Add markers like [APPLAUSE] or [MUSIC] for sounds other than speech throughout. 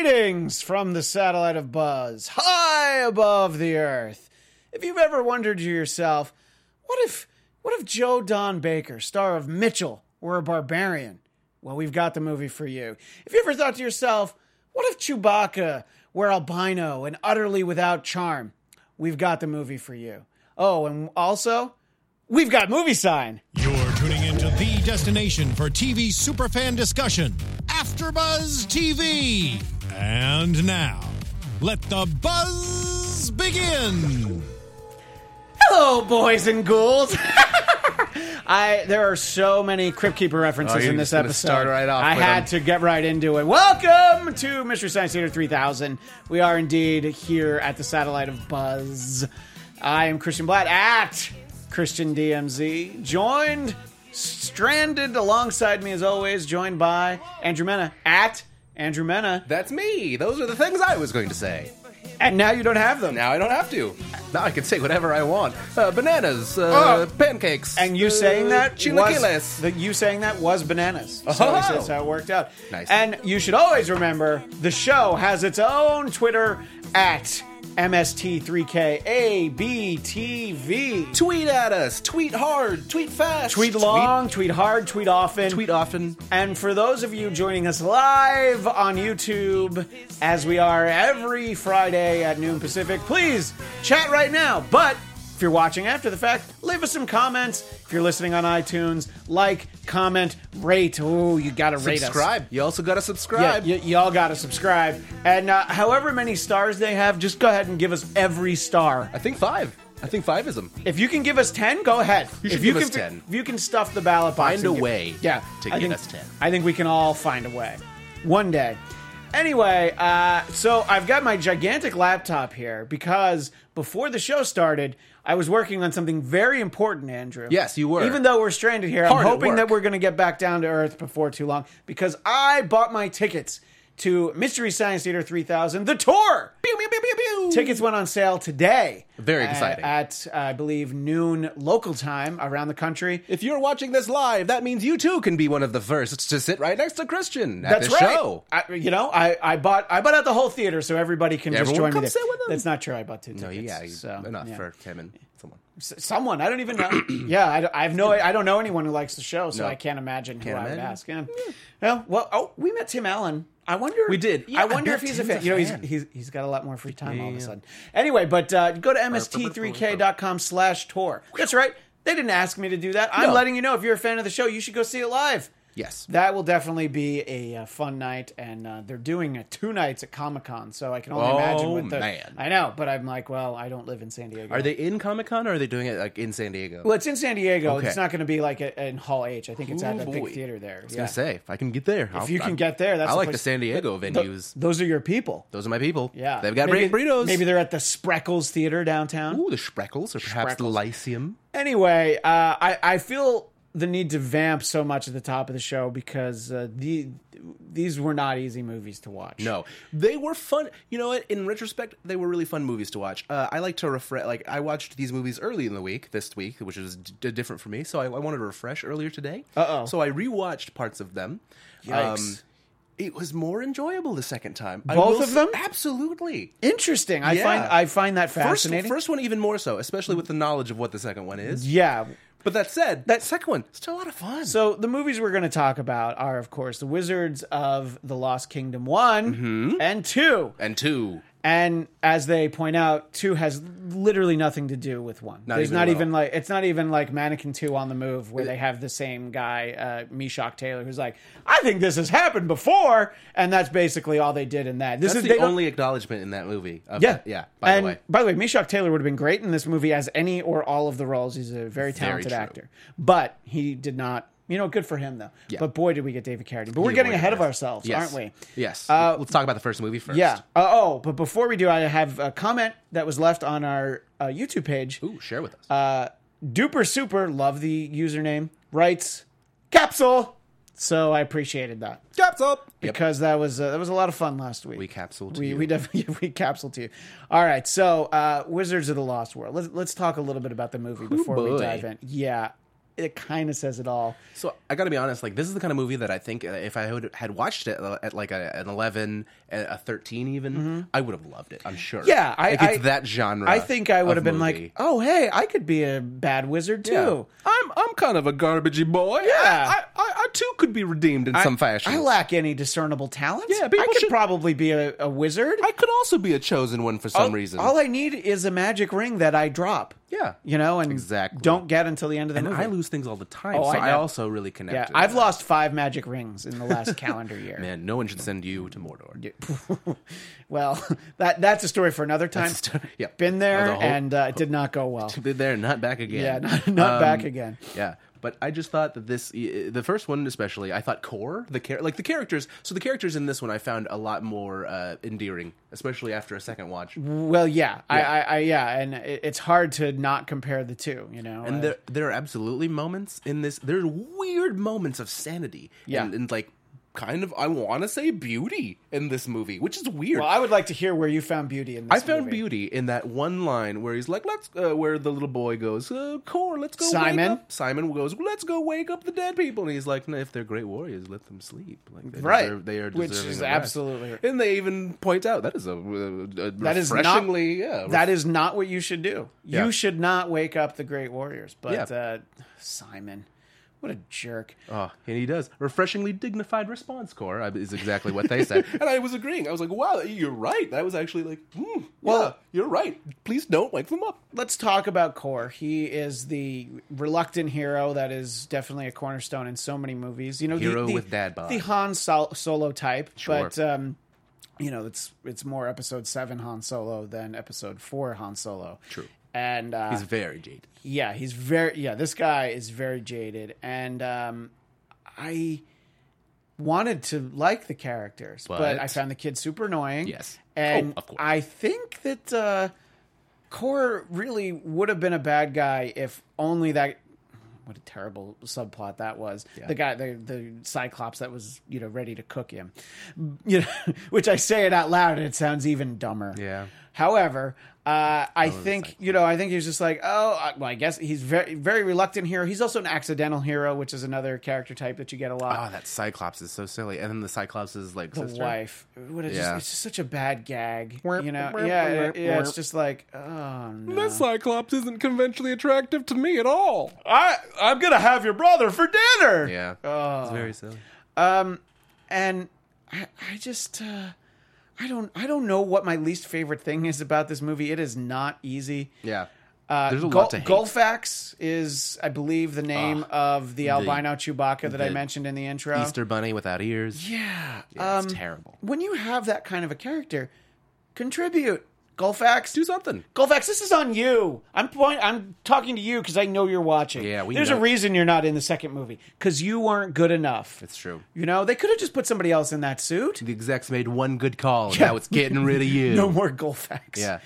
Greetings from the satellite of Buzz, high above the earth. If you've ever wondered to yourself, what if what if Joe Don Baker, star of Mitchell, were a barbarian? Well, we've got the movie for you. If you ever thought to yourself, what if Chewbacca were albino and utterly without charm? We've got the movie for you. Oh, and also, we've got movie sign. You're tuning into the destination for TV superfan discussion, AfterBuzz TV. And now, let the buzz begin. Hello, boys and ghouls. [LAUGHS] I there are so many Crypt Keeper Oh, references you're in this just gonna episode. start right off I with had to them. get right into it. Welcome to Mystery Science Theater 3000. We are indeed here at the satellite of Buzz. I am Christian Blatt at Christian DMZ, joined stranded alongside me as always, joined by Andrew Mena at Andrew Mena. That's me. Those are the things I was going to say. And now you don't have them. Now I don't have to. Now I can say whatever I want. Uh, bananas, uh, pancakes, Oh. And you saying uh, that was, chilaquiles. the, you saying that was bananas. So Oh. I guess that's how it worked out. Nice. And you should always remember the show has its own Twitter at MST3KABTV. tweet at us. Tweet hard. Tweet fast. Tweet long, tweet hard, tweet often. Tweet, tweet often. And for those of you joining us live on YouTube, as we are every Friday at noon Pacific, please chat right now. But if you're watching after the fact, leave us some comments. If you're listening on iTunes, like, comment, rate. Ooh, you gotta rate us. Subscribe. You also got to Yeah, subscribe. y- y'all gotta subscribe. And uh, however many stars they have, just go ahead and give us every star. I think five. I think five is them. If you can give us ten, go ahead. You should if you give us can, 10. If you can stuff the ballot box, Find and a give- way Yeah, to I get think- us 10. I think we can all find a way, one day. Anyway, uh, so I've got my gigantic laptop here because before the show started, I was working on something very important, Andrew. Yes, you were. Even though we're stranded here, Hard I'm at hoping that work. we're going to get back down to earth before too long because I bought my tickets to Mystery Science Theater 3000, the tour. Pew, pew, pew, pew, pew. Tickets went on sale today. Very uh, exciting. At, uh, I believe, noon local time around the country. If you're watching this live, that means you too can be one of the first to sit right next to Christian at That's this right. show. I, you know, I, I bought I bought out the whole theater so everybody can just Everyone join come me there. sit with them. That's not true. I bought two tickets. No, Oh, yeah, so, enough uh, yeah. for him and someone. S- someone. I don't even [CLEARS THROAT] know. yeah, I, don't- I have no. I don't know anyone who likes the show, so No. I can't imagine who Can't I would imagine. ask. Yeah. Well, well, oh, we met Tim Allen. I wonder. We did. Yeah, I wonder I if bet he's a Tim's fan. a You know, he's, fan. he's he's got a lot more free time all of a sudden. Anyway, but uh, go to mst3k.com slash tour. That's right. They didn't ask me to do that. I'm No. letting you know if you're a fan of the show, you should go see it live. Yes. That will definitely be a uh, fun night, and uh, they're doing uh, two nights at Comic Con, so I can only imagine. Oh, What the, man. I know, but I'm like, well, I don't live in San Diego. Are they in Comic Con or are they doing it like in San Diego? Well, it's in San Diego. Okay. It's not going to be like a, in Hall H. I think it's at Ooh, the big boy. theater there. I was gonna say if I can get there, I'll- if you can I'm- get there, that's I the like the place- San Diego Th- venues. Those are your people. Those are my people. Yeah, they've got maybe, great burritos. Maybe they're at the Spreckles Theater downtown. ooh the Spreckles or perhaps the Spreckles. Lyceum. Anyway, uh, I I feel the need to vamp so much at the top of the show because uh, the these were not easy movies to watch. No, they were fun. You know what? In retrospect, they were really fun movies to watch. Uh, I like to refresh. Like I watched these movies early in the week this week, which is d- d- different for me. So I, I wanted to refresh earlier today. Uh-oh. So I rewatched parts of them. Um, Yikes. it was more enjoyable the second time. I Both will of s- them? Absolutely. interesting. I Yeah. find I find that First, fascinating. first one even more so, especially with the knowledge of what the second one is. yeah. But that said, that second one still a lot of fun. So the movies we're going to talk about are, of course, The Wizards of the Lost Kingdom one Mm-hmm. and two. and two, And as they point out, two has literally nothing to do with one. There's even not at all. even like it's not even like Mannequin Two on the Move where they have the same guy, uh, Meshock Taylor, who's like, I think this has happened before, and that's basically all they did in that. This that's is the they don't- only acknowledgement in that movie. of- yeah, yeah. By and the way, by the way, Meshock Taylor would have been great in this movie as any or all of the roles. He's a very talented true. actor, but he did not. You know, good for him though. Yeah. But boy, did we get David Carradine. But we're Yeah, getting boy, ahead of yes. ourselves, Yes. aren't we? Yes. Let's talk about the first movie first. Yeah. Uh, oh, but before we do, I have a comment that was left on our uh, YouTube page. Ooh, share with us. Duper Super, love the username, writes capsule. So I appreciated that Caps up. because that was uh, that was a lot of fun last week. We capsuled We you. we definitely [LAUGHS] we capsuled to you. All right, so uh, Wizards of the Lost World. Let's let's talk a little bit about the movie before we boy. dive in. Yeah, it kind of says it all. So I got to be honest, like this is the kind of movie that I think uh, if I would, had watched it uh, at like a, an eleven, a a thirteen, even, I would have loved it. I'm sure. Yeah, I- like it's I- that genre. I think I would have of been movie. like, oh hey, I could be a bad wizard too. Yeah. I'm I'm kind of a garbagey boy. Yeah. I, I, I too could be redeemed in some fashion. I lack any discernible talents. Yeah, people I could should- probably be a, a wizard. I could also be a chosen one for some all, reason. all I need is a magic ring that I drop. Yeah. you know, and Exactly. don't get until the end of the and movie. I lose things all the time, Oh, so I I, know. also really connect. yeah, to I've that. lost five magic rings in the [LAUGHS] last calendar year. Man, no one should send you to Mordor. Well, [LAUGHS] that that's a story for another time. a story- yeah. been there That was a whole- and uh, it did not go [LAUGHS] well. [LAUGHS] They're there, [LAUGHS] not back again. Um, Yeah, not, not back again. Yeah, but I just thought that this, the first one especially, I thought core the char- like the characters. So the characters in this one I found a lot more uh, endearing, especially after a second watch. Well, yeah, I, I, I yeah, and it, it's hard to not compare the two. You know, And Uh, there, there are absolutely moments in this. There's weird moments of sanity. Yeah. and, and like kind of I want to say beauty in this movie, which is weird. well, I would like to hear where you found beauty in. I This found movie. beauty in that one line where he's like, "Let's," uh, where the little boy goes, uh, "Core, let's go." Simon? wake up. Simon goes, "Let's go wake up the dead people," and he's like, "No, "If they're great warriors, let them sleep." Like, they Right. deserve- they are Which deserving is of rest. absolutely- And they even point out that is a, uh, a, a That is not refreshingly, yeah, that is not what you should do. Yeah. You should not wake up the great warriors. But Yeah. uh, Simon, what a jerk! Oh, and he does. Refreshingly dignified response, Core, I- is exactly what they said. [LAUGHS] and I was agreeing. I was like, wow, you're right. That was actually like, hmm, well, Well- you're right. Please don't wake them up. Let's talk about Core. He is the reluctant hero that is definitely a cornerstone in so many movies. You know, the- Hero the, with dad bod. the Han Sol- Solo type, Sure. but um, you know, it's it's more Episode Seven Han Solo than Episode Four Han Solo. True. And uh, He's very jaded. yeah, he's very yeah. This guy is very jaded, and um, I wanted to like the characters, but, But- I found the kid super annoying. Yes. and Oh, of course. I think that uh, Core really would have been a bad guy if only that. What a terrible subplot that was. The guy, the the Cyclops that was you know ready to cook him, [LAUGHS] you know, [LAUGHS] which I say it out loud and it sounds even dumber. Yeah. However, uh, Oh, I think you know. I think he's just like, oh, I- well, I guess he's very, very reluctant hero. He's also an accidental hero, which is another character type that you get a Oh, lot. that Cyclops is so silly. And then the Cyclops is like the sister. wife, what a, just- Yeah. it's just such a bad gag, Warp, you know? warp, yeah, it- warp, yeah, it's warp. just like, oh no. That Cyclops isn't conventionally attractive to me at all. I, I'm gonna have your brother for dinner. Yeah. It's very silly. and I, I just uh, I don't I don't know what my least favorite thing is about this movie. It is not easy. Yeah. Uh, There's a Gul- lot to hate. Gulfax is, I believe, the name of the albino Chewbacca that I the mentioned in the intro. Easter Bunny without ears. Yeah, Yeah, um, it's terrible. When you have that kind of a character, contribute. Golfax, Do something. Golfax, this is on you. I'm point. I'm talking to you because I know you're watching. Yeah, we There's a know. reason you're not in the second movie because you weren't good enough. It's true. You know, they could have just put somebody else in that suit. The execs made one good call, and Yeah. now it's [LAUGHS] getting rid of you. No more Golfax. Yeah.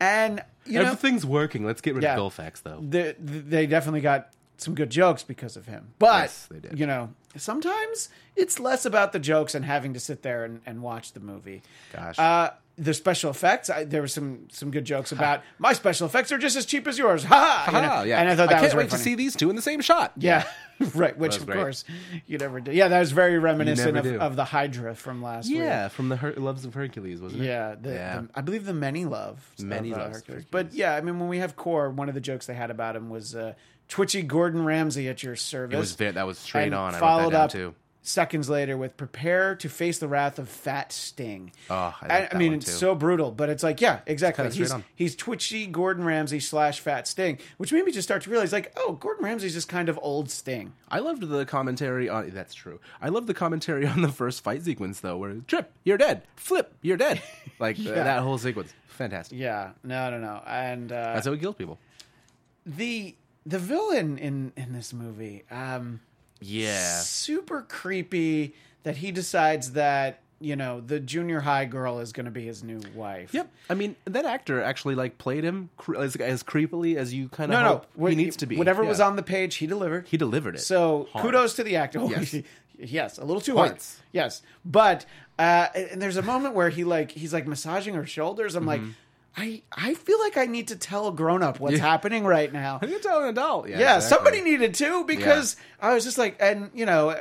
and you know, Everything's working. Let's get rid Yeah. of Golfax, though. the, they definitely got some good jokes because of him. But Yes, they did. you know, sometimes it's less about the jokes and having to sit there and, and watch the movie. Gosh. Uh, the special effects, I, there were some some good jokes about my special effects are just as cheap as yours. [LAUGHS] Ha ha! you know? Ah, yeah. And I thought that can't was wait really to funny. see these two in the same shot. yeah. [LAUGHS] right, which was of great. course you never do. Yeah, that was very reminiscent never of, do. of the Hydra from last week. Yeah, from the Her- Loves of Hercules, wasn't it? Yeah, the, Yeah. the- I believe the many love Many of, uh, Loves Hercules. Hercules. But yeah, I mean, when we have core, one of the jokes they had about him was uh, twitchy Gordon Ramsay at your service. It was very, that was straight and on. I wrote followed that down up too. seconds later with prepare to face the wrath of Fat Sting. Oh, I like And- that mean, one, it's too. so brutal, but it's like, yeah, exactly. kinda straight he's on. he's twitchy Gordon Ramsay slash Fat Sting, which made me just start to realize, like, oh, Gordon Ramsay's just kind of old Sting. I loved the commentary on. That's true. I loved the commentary [LAUGHS] on the first fight sequence though, where trip, you're dead. Flip, [LAUGHS] you're dead. Like th- that whole sequence, fantastic. Yeah, no, no, no, and uh, That's how we kill people. the the villain in in this movie. Um, Yeah. super creepy that he decides that you know the junior high girl is going to be his new wife. Yep. I mean, that actor actually like played him cre- as, as creepily as you kind of No, no. hope what- he needs to be. Whatever Yeah. was on the page, he delivered. he delivered it. so hard. kudos to the actor. Oh, Yes. [LAUGHS] yes. a little too Points. hard. Mm-hmm. Yes, but uh, and and there's a moment where he like he's like massaging her shoulders. I'm like. I I feel like I need to tell a grown up what's happening right [LAUGHS] now. You tell an adult. Yeah. Yeah, exactly. somebody needed to because I was just like, and you know, uh,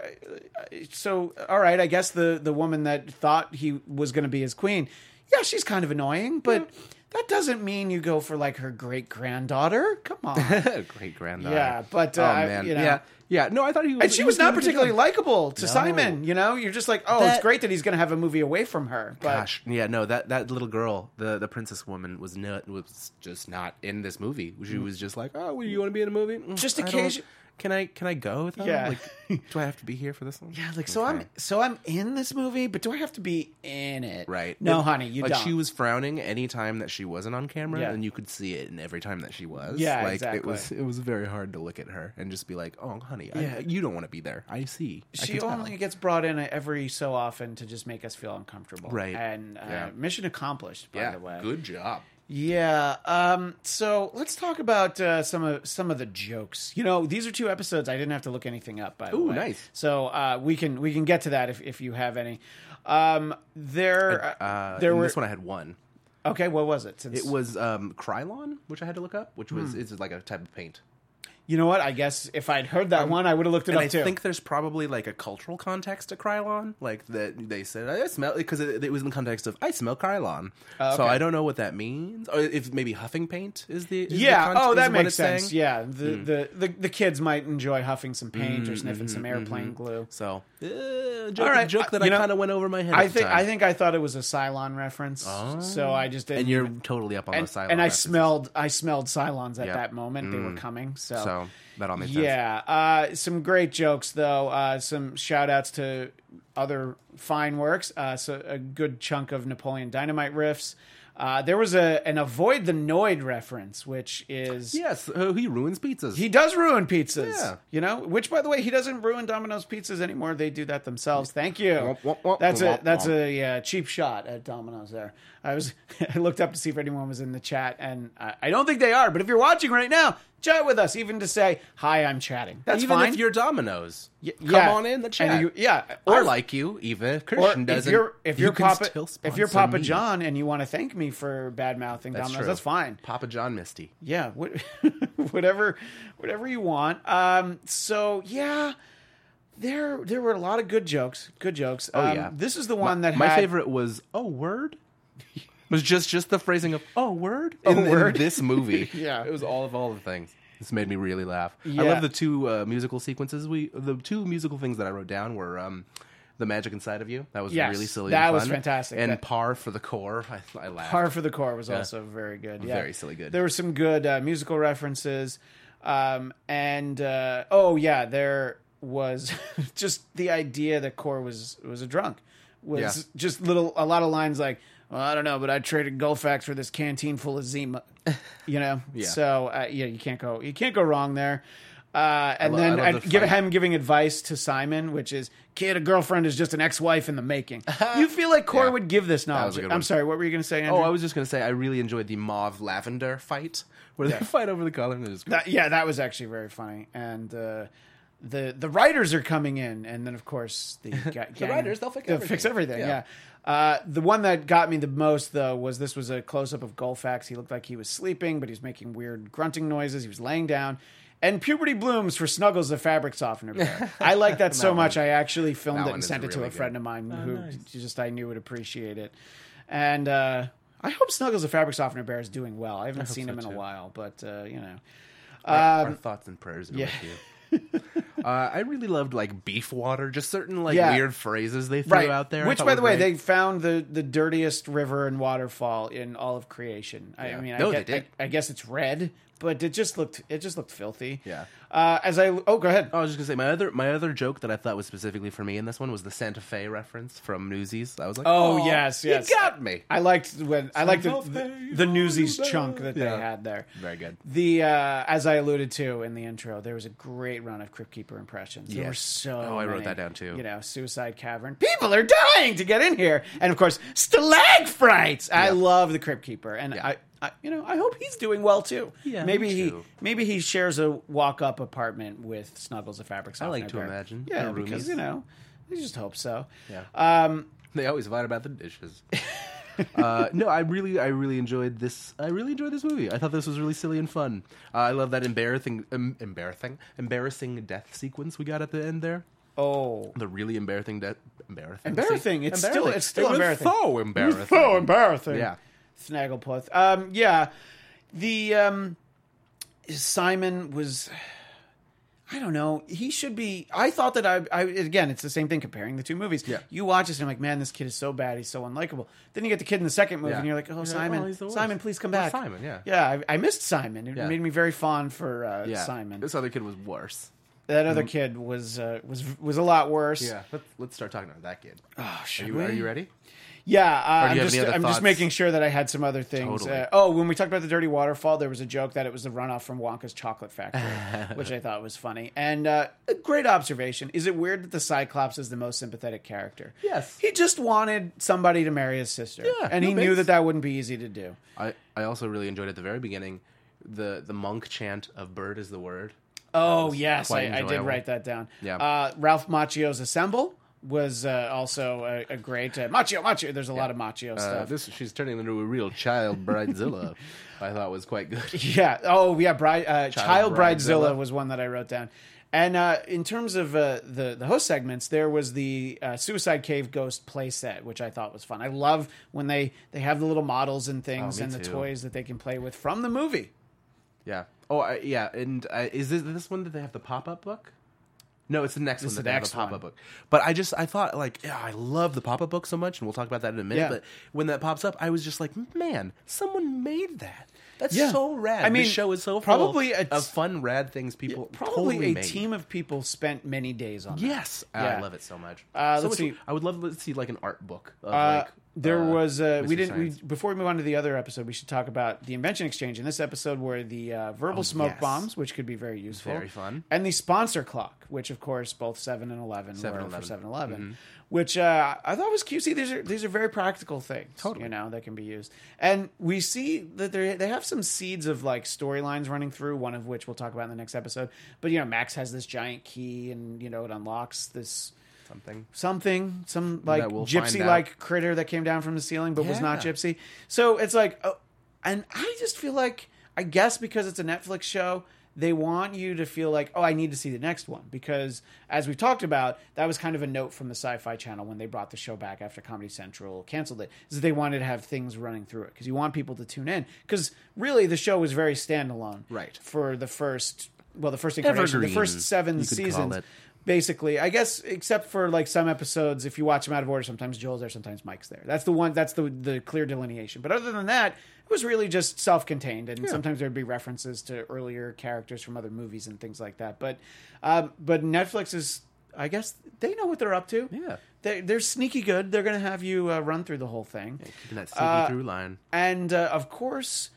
so all right, I guess the the woman that thought he was going to be his queen, yeah, she's kind of annoying, but that doesn't mean you go for like her great granddaughter. Come on, [LAUGHS] Great granddaughter. yeah, but uh, Oh man. you know. Yeah. Yeah. No, I thought he was. And she he was doing not a good particularly job. likable to Simon. You know, you're just like, oh, it's That- great that he's going to have a movie away from her. But Gosh, yeah, no, that, that little girl, the, the princess woman, was no, was just not in this movie. She was just like, oh, Oh, well, you want to be in a movie? Mm, Mm. Just I don't- occasion- can I can I go? Though? Yeah. like, do I have to be here for this one? yeah, like so I'm so I'm in this movie, but do I have to be in it? Right. No, It- honey, you like don't. she was frowning any time that she wasn't on camera, Yeah. and you could see it in every time that she was. Yeah, like exactly. it was it was very hard to look at her and just be like, oh, honey, Yeah. I, you don't want to be there. I see. I she can tell." only gets brought in every so often to just make us feel uncomfortable. Right. And uh, Yeah. mission accomplished, by yeah, the way. good job. Yeah. Um, so let's talk about uh, some of some of the jokes. You know, these are two episodes. I didn't have to look anything up. By the Ooh, way, nice. So uh, we can we can get to that if, if you have any. Um, there Uh, there in were this one I had one. okay. What was it? Since It was um, Krylon, which I had to look up, which Hmm. was it's like a type of paint. you know what? I guess if I'd heard that one, I would have looked it And up I too. think there's probably like a cultural context to Krylon, like that they said I smell because it, it was in the context of I smell Krylon, Oh, so I don't know what that means, or if maybe huffing paint is the is the yeah. con- Oh, is that what makes it's sense. saying. Hmm. Yeah. The, the the the kids might enjoy huffing some paint or sniffing hmm, some airplane glue. So, uh, joke, All right, joke that I- you I know, kind of went over my head. I at the think time. Oh. I think I thought it was a Cylon reference, so I just didn't. and you're totally up on and, the Cylon. and I references. smelled I smelled Cylons at Yeah. that moment. They were coming, so, So that all makes sense. yeah. Uh, some great jokes though. Uh, some shout outs to other fine works. Uh, so a good chunk of Napoleon Dynamite riffs. Uh, there was a an avoid the noid reference, which is Yes, uh, he ruins pizzas. he does ruin pizzas. Yeah. You know, which by the way, he doesn't ruin Domino's pizzas anymore. They do that themselves. Thank you. Womp, womp, womp, that's a womp, that's womp. a uh, cheap shot at Domino's. There, I was [LAUGHS] I looked up to see if anyone was in the chat, and I, I don't think they are. But if you're watching right now, chat with us, even to say hi. I'm chatting. That's even fine. if you're Domino's, Y- come yeah. on in the And chat. you- yeah, or or- like you, even if or Christian if doesn't. you're if you you're can Papa still sponsor if you're Papa me. John and you want to thank me for bad mouthing That's Domino's, true. that's fine. Papa John Misty. yeah what, [LAUGHS] whatever whatever you want um so yeah there there were a lot of good jokes good jokes oh yeah. this is the one that My had, favorite was "Oh word." was just just the phrasing of "Oh word" Oh, in, in word. this [LAUGHS] movie. Yeah. it was all of all the things. This made me really laugh. Yeah. I love the two uh, musical sequences. We the two musical things that I wrote down were um, "The Magic Inside of You." That was Yes, really silly. that and was fun. fantastic. And That- "Par for the Core." I, I laughed. par for the core was also very good yeah Very silly good. there were some good uh, musical references um and uh oh yeah there was [LAUGHS] just the idea that core was was a drunk was Yeah. just little a lot of lines like well, I don't know, but I traded Golfax for this canteen full of Zima. [LAUGHS] You know, Yeah. so uh, yeah, you can't go, you can't go wrong there. Uh, and lo- then I love and the give fight. him giving advice to Simon, which is, "Kid, a girlfriend is just an ex-wife in the [LAUGHS] making." you feel like Core Yeah. would give this was knowledge. a good I'm one. sorry, what were you going to say? Andrew? Oh, I was just gonna say I really enjoyed the mauve lavender fight where they fight over the color. And it was great. That- yeah, that was actually very funny. And uh, the the writers are coming in, and then of course [LAUGHS] the, ga- gang- writers, they'll fix everything. everything, Yeah. Yeah. Uh, the one that got me the most though was this was a close up of Golfax. He looked like he was sleeping, but he was making weird grunting noises. He was laying down. And puberty blooms for Snuggles, the fabric softener. [LAUGHS] bear. I like that so much. I actually filmed that it one and is sent it to really a friend good. of mine who just I knew would appreciate it. And uh, I hope Snuggles, the fabric softener bear, is doing well. I haven't seen him in a while, but uh, you know. our, our thoughts and prayers are Um, yeah. with you. [LAUGHS] uh, I really loved like beef water, just certain like Yeah. weird phrases they threw right. out there. I Which, thought by were the way, great. they found the, the dirtiest river and waterfall in all of creation. I, I mean, I, No, get- they did. I, I guess it's red, but it just looked it just looked filthy. Yeah. Uh, as I oh, go ahead. I was just gonna say my other my other joke that I thought was specifically for me in this one was the Santa Fe reference from Newsies. I was like, Oh, yes, yes. you got me. I liked when I liked the, Self-help the, day, the Newsies all day. chunk that Yeah. they had there. Very good. The uh, as I alluded to in the intro, there was a great run of Crypt Keeper impressions. There were Yes. so. Oh, I wrote many. that down, too. You know, Suicide Cavern. People are dying to get in here, and of course, stalagmites. I love the Crypt Keeper, and I, I, you know, I hope he's doing well too. Yeah, maybe me he, too. maybe he shares a walk-up apartment with Snuggles the Fabric. I like Softener to Bear. imagine. Yeah, They're because roomies. you know, I just hope so. Yeah. Um, [LAUGHS] They always fight about the dishes. uh, no, I really, I really enjoyed this. I really enjoyed this movie. I thought this was really silly and fun. Uh, I love that embarrassing, em- embarrassing, embarrassing death sequence we got at the end there. Oh, The really embarrassing death, embarrassing, Embarrassing. It's still- it's still It was embarrassing. So embarrassing. so embarrassing. Yeah. Snagglepuss. Um, yeah, the um, Simon was. I don't know. He should be. I thought that I, I. Again, it's the same thing comparing the two movies. Yeah. You watch this and I'm like, man, this kid is so bad. He's so unlikable. Then you get the kid in the second movie Yeah. and you're like, oh, You're like, Simon, oh, he's the worst. Simon, please come Poor back. Simon, yeah. Yeah, I, I missed Simon. It Yeah. made me very fond for uh, Yeah. Simon. This other kid was worse. That other kid was uh, was was a lot worse. Yeah. Let, let's start talking about that kid. Oh, should Are you, are we? you ready? Yeah, uh, do I'm, you have just, any other I'm just thoughts? making sure that I had some other things. Totally. Uh, oh, when we talked about the dirty waterfall, there was a joke that it was the runoff from Wonka's chocolate [LAUGHS] factory, which I thought was funny. And uh, a great observation. Is it weird that the Cyclops is the most sympathetic character? Yes. He just wanted somebody to marry his sister. Yeah, and no he knew bigs. that that wouldn't be easy to do. I, I also really enjoyed at the very beginning the, the monk chant of bird is the word. Oh, yes. I, quite I did enjoyable. write that down. Yeah. Uh, Ralph Macchio's Assemble was uh, also a, a great. Uh, Macchio, Macchio. There's a lot of Macchio Uh, stuff. this she's turning into a real [LAUGHS] child bridezilla. I thought was quite good. Yeah. Oh, yeah. Bride, uh, Child, Bridezilla Bridezilla. was one that I wrote down. And uh, in terms of uh, the the host segments, there was the uh, Suicide Cave Ghost playset, which I thought was fun. I love when they they have the little models and things Oh, me and the too. toys that they can play with from the movie. Yeah. Oh, I, yeah. And uh, is this this one that they have the pop up book? No, it's the next one is that the they have next the pop one. up book. But I just I thought like yeah, I love the pop up book so much, and we'll talk about that in a minute. Yeah. But when that pops up, I was just like, man, someone made that. That's Yeah. so rad. I I mean, mean, this show is so full probably a t- of fun, rad things people Probably totally a made. team of people spent many days on. that. Yes, Yeah. I love it so much. Uh, so let's much- see. I would love to see like an art book. Of, Uh, like, there uh, was uh, we Mr. didn't we, Science. before we move on to the other episode we should talk about the invention exchange in this episode were the uh, verbal smoke Oh, yes. bombs which could be very useful Very fun. and the sponsor clock which of course both 7 and 11 were 7-Eleven. for 7 Mm-hmm. 11 which uh, I thought was cute see these are these are very practical things you know that can be used and we see that they they have some seeds of like storylines running through one of which we'll talk about in the next episode but you know Max has this giant key and you know it unlocks this something. something, some like That we'll find gypsy like critter that came down from the ceiling but was not Yeah. gypsy. So it's like, oh, and I just feel like, I guess because it's a Netflix show, they want you to feel like, oh, I need to see the next one. Because as we've talked about, that was kind of a note from the Sci Fi Channel when they brought the show back after Comedy Central canceled it, is that they wanted to have things running through it because you want people to tune in. Because really, the show was very standalone Right. for the first. Well, the first incarnation, the Evergreen, first seven you could call seasons, it. basically i guess except for like some episodes if you watch them out of order sometimes joel's there sometimes mike's there that's the one that's the the clear delineation but other than that it was really just self-contained and sometimes there'd be references to earlier characters from other movies and things like that but um, but netflix is i guess they know what they're up to Yeah. they, they're sneaky good they're gonna have you uh, run through the whole thing Keeping that sneaky Uh, through line. and uh, of course,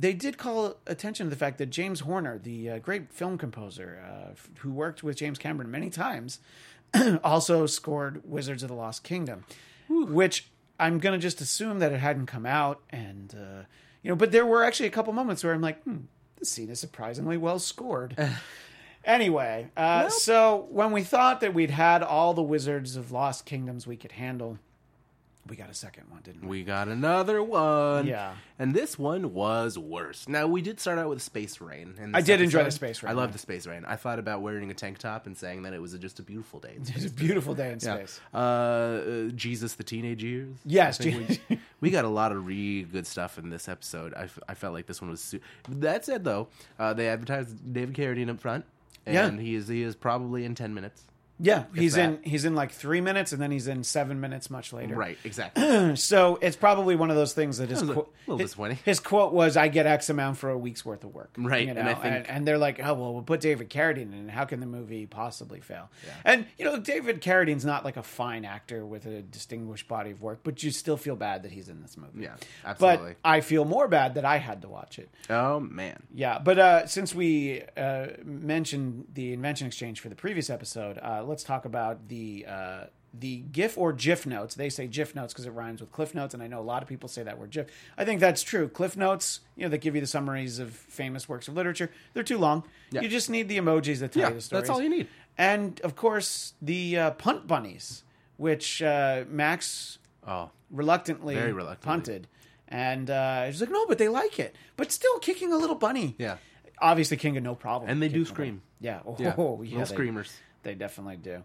they did call attention to the fact that James Horner, the uh, great film composer uh, f- who worked with James Cameron many times, [CLEARS THROAT] also scored Wizards of the Lost Kingdom, which I'm going to just assume that it hadn't come out. And, uh, you know, but there were actually a couple moments where I'm like, hmm, this scene is surprisingly well scored. anyway, uh, so when we thought that we'd had all the Wizards of Lost Kingdoms we could handle, we got a second one, didn't we? We got another one. Yeah. And this one was worse. Now, we did start out with Space Rain. in I this did enjoy the Space Rain, I love yeah. the Space Rain. I thought about wearing a tank top and saying that it was just a [LAUGHS] beautiful day. in It's space. a beautiful day in Yeah. space. Uh, uh, Jesus, the teenage years. Yes, I think Je- we, [LAUGHS] we got a lot of really good stuff in this episode. I, f- I felt like this one was. Su- that said, though, uh, they advertised David Carradine up front, Yeah. and he is he is probably in ten minutes. Yeah, he's that. in he's in like three minutes, and then he's in seven minutes much later. Right, [COUGHS] exactly. [LAUGHS] So it's probably one of those things that his was a quote, little his, disappointing. his quote was, "I get X amount for a week's worth of work." Right, you know? and, and I think- and, they're like, "Oh well, we'll put David Carradine in. How can the movie possibly fail?" And you know, David Carradine's not like a fine actor with a distinguished body of work, but you still feel bad that he's in this movie. Yeah, absolutely. But I feel more bad that I had to watch it. oh man, Yeah, but uh, since we uh, mentioned the invention exchange for the previous episode, uh, let's talk about the uh, the GIF or GIF notes. They say GIF notes because it rhymes with Cliff Notes, and I know a lot of people say that word GIF. I think that's true. Cliff Notes, you know, that give you the summaries of famous works of literature. They're too long. You just need the emojis that tell Yeah, you the stories. that's all you need. And of course, the uh, punt bunnies, which uh, Max oh reluctantly, Very reluctantly. punted. And uh, she's like, no, but they like it. But still kicking a little bunny. Yeah. [LAUGHS] Obviously, Kinga, no problem. And they do kicking a bunny. scream. Yeah. Oh, Yeah. [LAUGHS] yeah. Little screamers. They definitely do.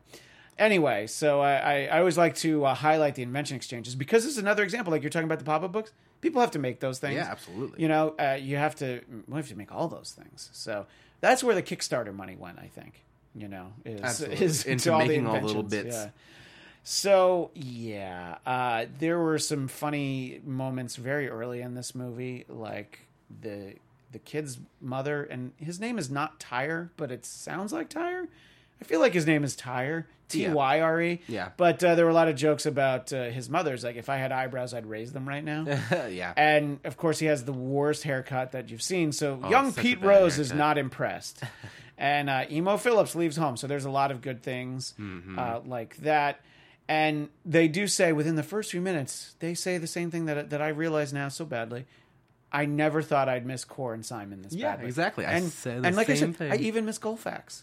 Anyway, so I, I, I always like to uh, highlight the invention exchanges because it's another example. Like you're talking about the pop up books, people have to make those things. Yeah, absolutely. You know, uh, you have to we have to make all those things. So that's where the Kickstarter money went. I think you know is Absolutely. is Into to all the making all the little inventions, bits. yeah. So yeah, uh, there were some funny moments very early in this movie, like the the kid's mother, and his name is not Tyre, but it sounds like Tyre. I feel like his name is Tyre, T Y R E. Yeah. But uh, there were a lot of jokes about uh, his mother's, like if I had eyebrows, I'd raise them right now. yeah. Oh, And of course, he has the worst haircut that you've seen. So young such a Pete bad Rose is haircut. not [LAUGHS] impressed. and uh, Emo Phillips leaves home. So there's a lot of good things uh, Mm-hmm. like that. And they do say within the first few minutes, they say the same thing that, that I realize now so badly. I never thought I'd miss Core and Simon this Yeah, badly. exactly. I And, said the and like I same said, I thing. even miss Golfax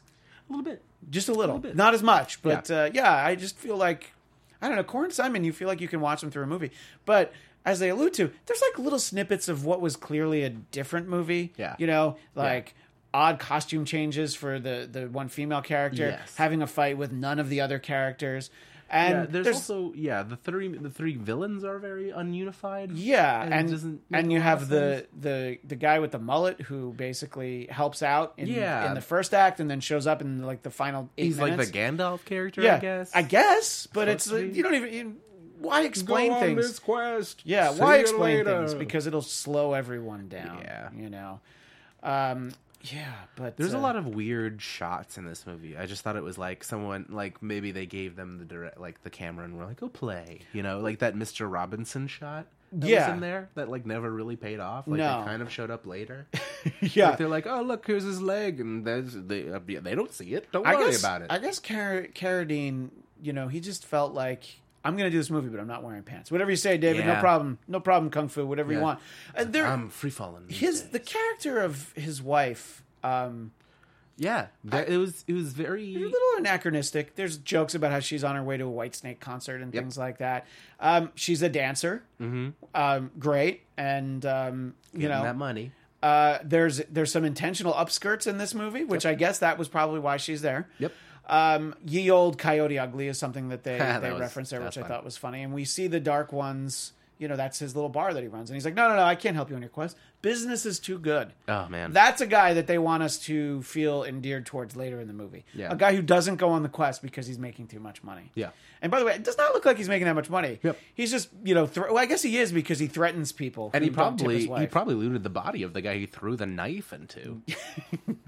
a little bit. just a little, not as much, but yeah. Uh, yeah, I just feel like I don't know. Corn Simon, you feel like you can watch them through a movie, but as they allude to, there's like little snippets of what was clearly a different movie. Yeah. you know, like. Odd costume changes for the the one female character Yes. having a fight with none of the other characters, and Yeah, there's, there's, also yeah the three the three villains are very ununified. yeah, and it and and, doesn't make a you lot of have the the the guy with the mullet who basically helps out in, Yeah. in the first act and then shows up in like the final. Eight He's like the minutes. Gandalf character, I guess. I guess, but Supposed it's to like, be. you don't even you, why Go explain on things. this quest. yeah, See why you explain later. things because it'll slow everyone down. Yeah. you know. Um, yeah, but uh, There's a lot of weird shots in this movie. I just thought it was like someone like maybe they gave them the direct like the camera and were like, "Go play," you know, like that Mr. Robinson shot. That Yeah. was in there that like never really paid off. Like No. they kind of showed [LAUGHS] up later. yeah. Like, they're like, "Oh, look, here's his leg," and there's they uh, yeah, they don't see it. Don't I worry guess, about it. I guess Car- Carradine, you know, he just felt like I'm going to do this movie, but I'm not wearing pants. Whatever you say, David. No Yeah. problem. No problem. Kung fu. Whatever you Yeah. want. And there, I'm free falling. these his days. the character of his wife. Um, yeah, that, it was it was very a little anachronistic. There's jokes about how she's on her way to a White Snake concert and things like that. Um, she's a dancer, mm-hmm. um, great, and um, you getting that know, money. uh, there's there's some intentional upskirts in this movie, which I guess that was probably why she's there. Yep. Um, ye old Coyote Ugly is something that they [LAUGHS] That they was- reference there, that which was I fun. thought was funny. And we see the Dark Ones. You know, that's his little bar that he runs, and he's like, "No, no, no, I can't help you on your quest. Business is too good." Oh man, That's a guy that they want us to feel endeared towards later in the movie. Yeah. A guy who doesn't go on the quest because he's making too much money. Yeah. And by the way, it does not look like he's making that much money. Yep. He's just, you know, thr well, I guess he is because he threatens people. And he who don't tip probably his wife. he probably looted the body of the guy he threw the knife [LAUGHS] into.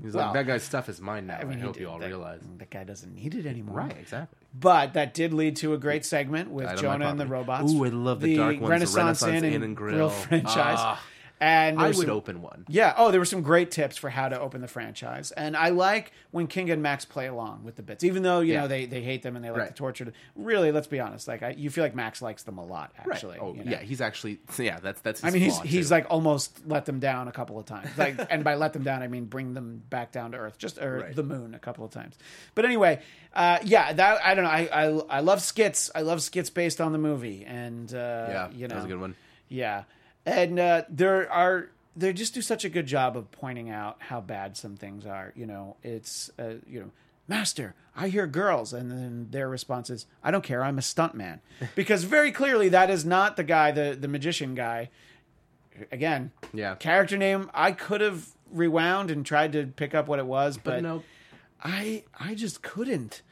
He's Well, like, that guy's stuff is mine now. I, mean, he hope did- you all that- realize. that guy doesn't need it anymore. Right, exactly. But that did lead to a great segment with Dynamite Jonah and the Property. robots. Ooh, I love the Dark Ones, the Renaissance Inn and Grill. franchise. Ah. and there I was would some- open one. Yeah. Oh, there were some great tips for how to open the franchise, and I like when King and Max play along with the bits, even though you Yeah. know they, they hate them and they like Right. to torture them. Really, let's be honest. Like, I, you feel like Max likes them a lot, actually. right. Oh you know? yeah, he's actually yeah. That's that's. His I mean, he's flaw, he's too. like almost let them down a couple of times. Like, [LAUGHS] and by let them down, I mean bring them back down to earth, just or Right. the moon a couple of times. But anyway, uh, yeah, that I don't know. I, I I love skits. I love skits based on the movie, and uh, yeah. you know, that was a good one. yeah, and uh, there are they just do such a good job of pointing out how bad some things are. You know, it's uh, you know, master, I hear girls, and then their response is, I don't care, I'm a stuntman, [LAUGHS] because very clearly that is not the guy, the the magician guy. Again, Yeah. character name. I could have rewound and tried to pick up what it was, but, But no, I I just couldn't.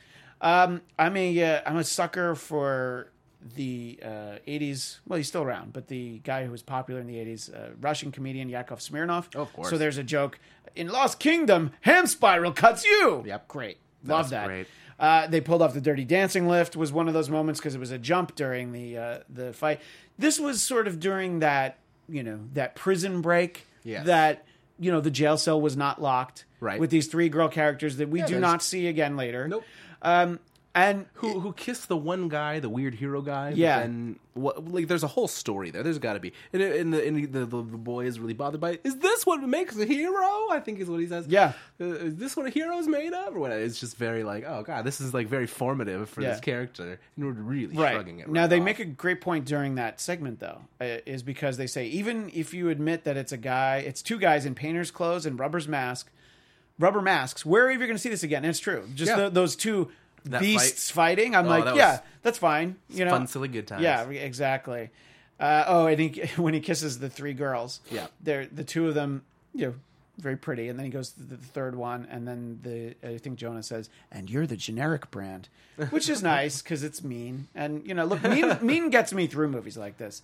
Um, I'm a uh, I'm a sucker for the uh, '80s. Well, he's still around, but the guy who was popular in the '80s, uh, Russian comedian Yakov Smirnov. Of course. So there's a joke in Lost Kingdom: Ham Spiral cuts you. Yep. Great. Love was that. great. Uh, they pulled off the Dirty Dancing lift was one of those moments because it was a jump during the uh, the fight. This was sort of during that you know that prison break Yes. that you know the jail cell was not locked Right. with these three girl characters that we do there's- not see again later. Nope. Um, And who who kissed the one guy, the weird hero guy. Yeah. and what like there's a whole story there. There's got to be, and, it- and, the, and the, the the boy is really bothered by. It. Is this what makes a hero? I think is what he says. Yeah. Uh, is this what a hero is made of? Or what? It's just very like, oh god, this is like very formative for Yeah. this character, and we're really right shrugging it. now, right they off. make a great point during that segment, though, uh, is because they say even if you admit that it's a guy, it's two guys in painter's clothes and rubber's mask, rubber masks. Where are you going to see this again? And it's true. Just Yeah. tho- those two That beasts fighting. I'm Oh, like, that yeah, was that's fine. You know, fun, silly good times. Yeah, re- exactly. Uh, oh, and he, [LAUGHS] when he kisses the three girls, Yeah. they're the two of them, you know, very pretty, and then he goes to the third one, and then the I think Jonah says, "And you're the generic brand," which is nice because it's mean, and you know, look, mean, mean gets me through movies like this.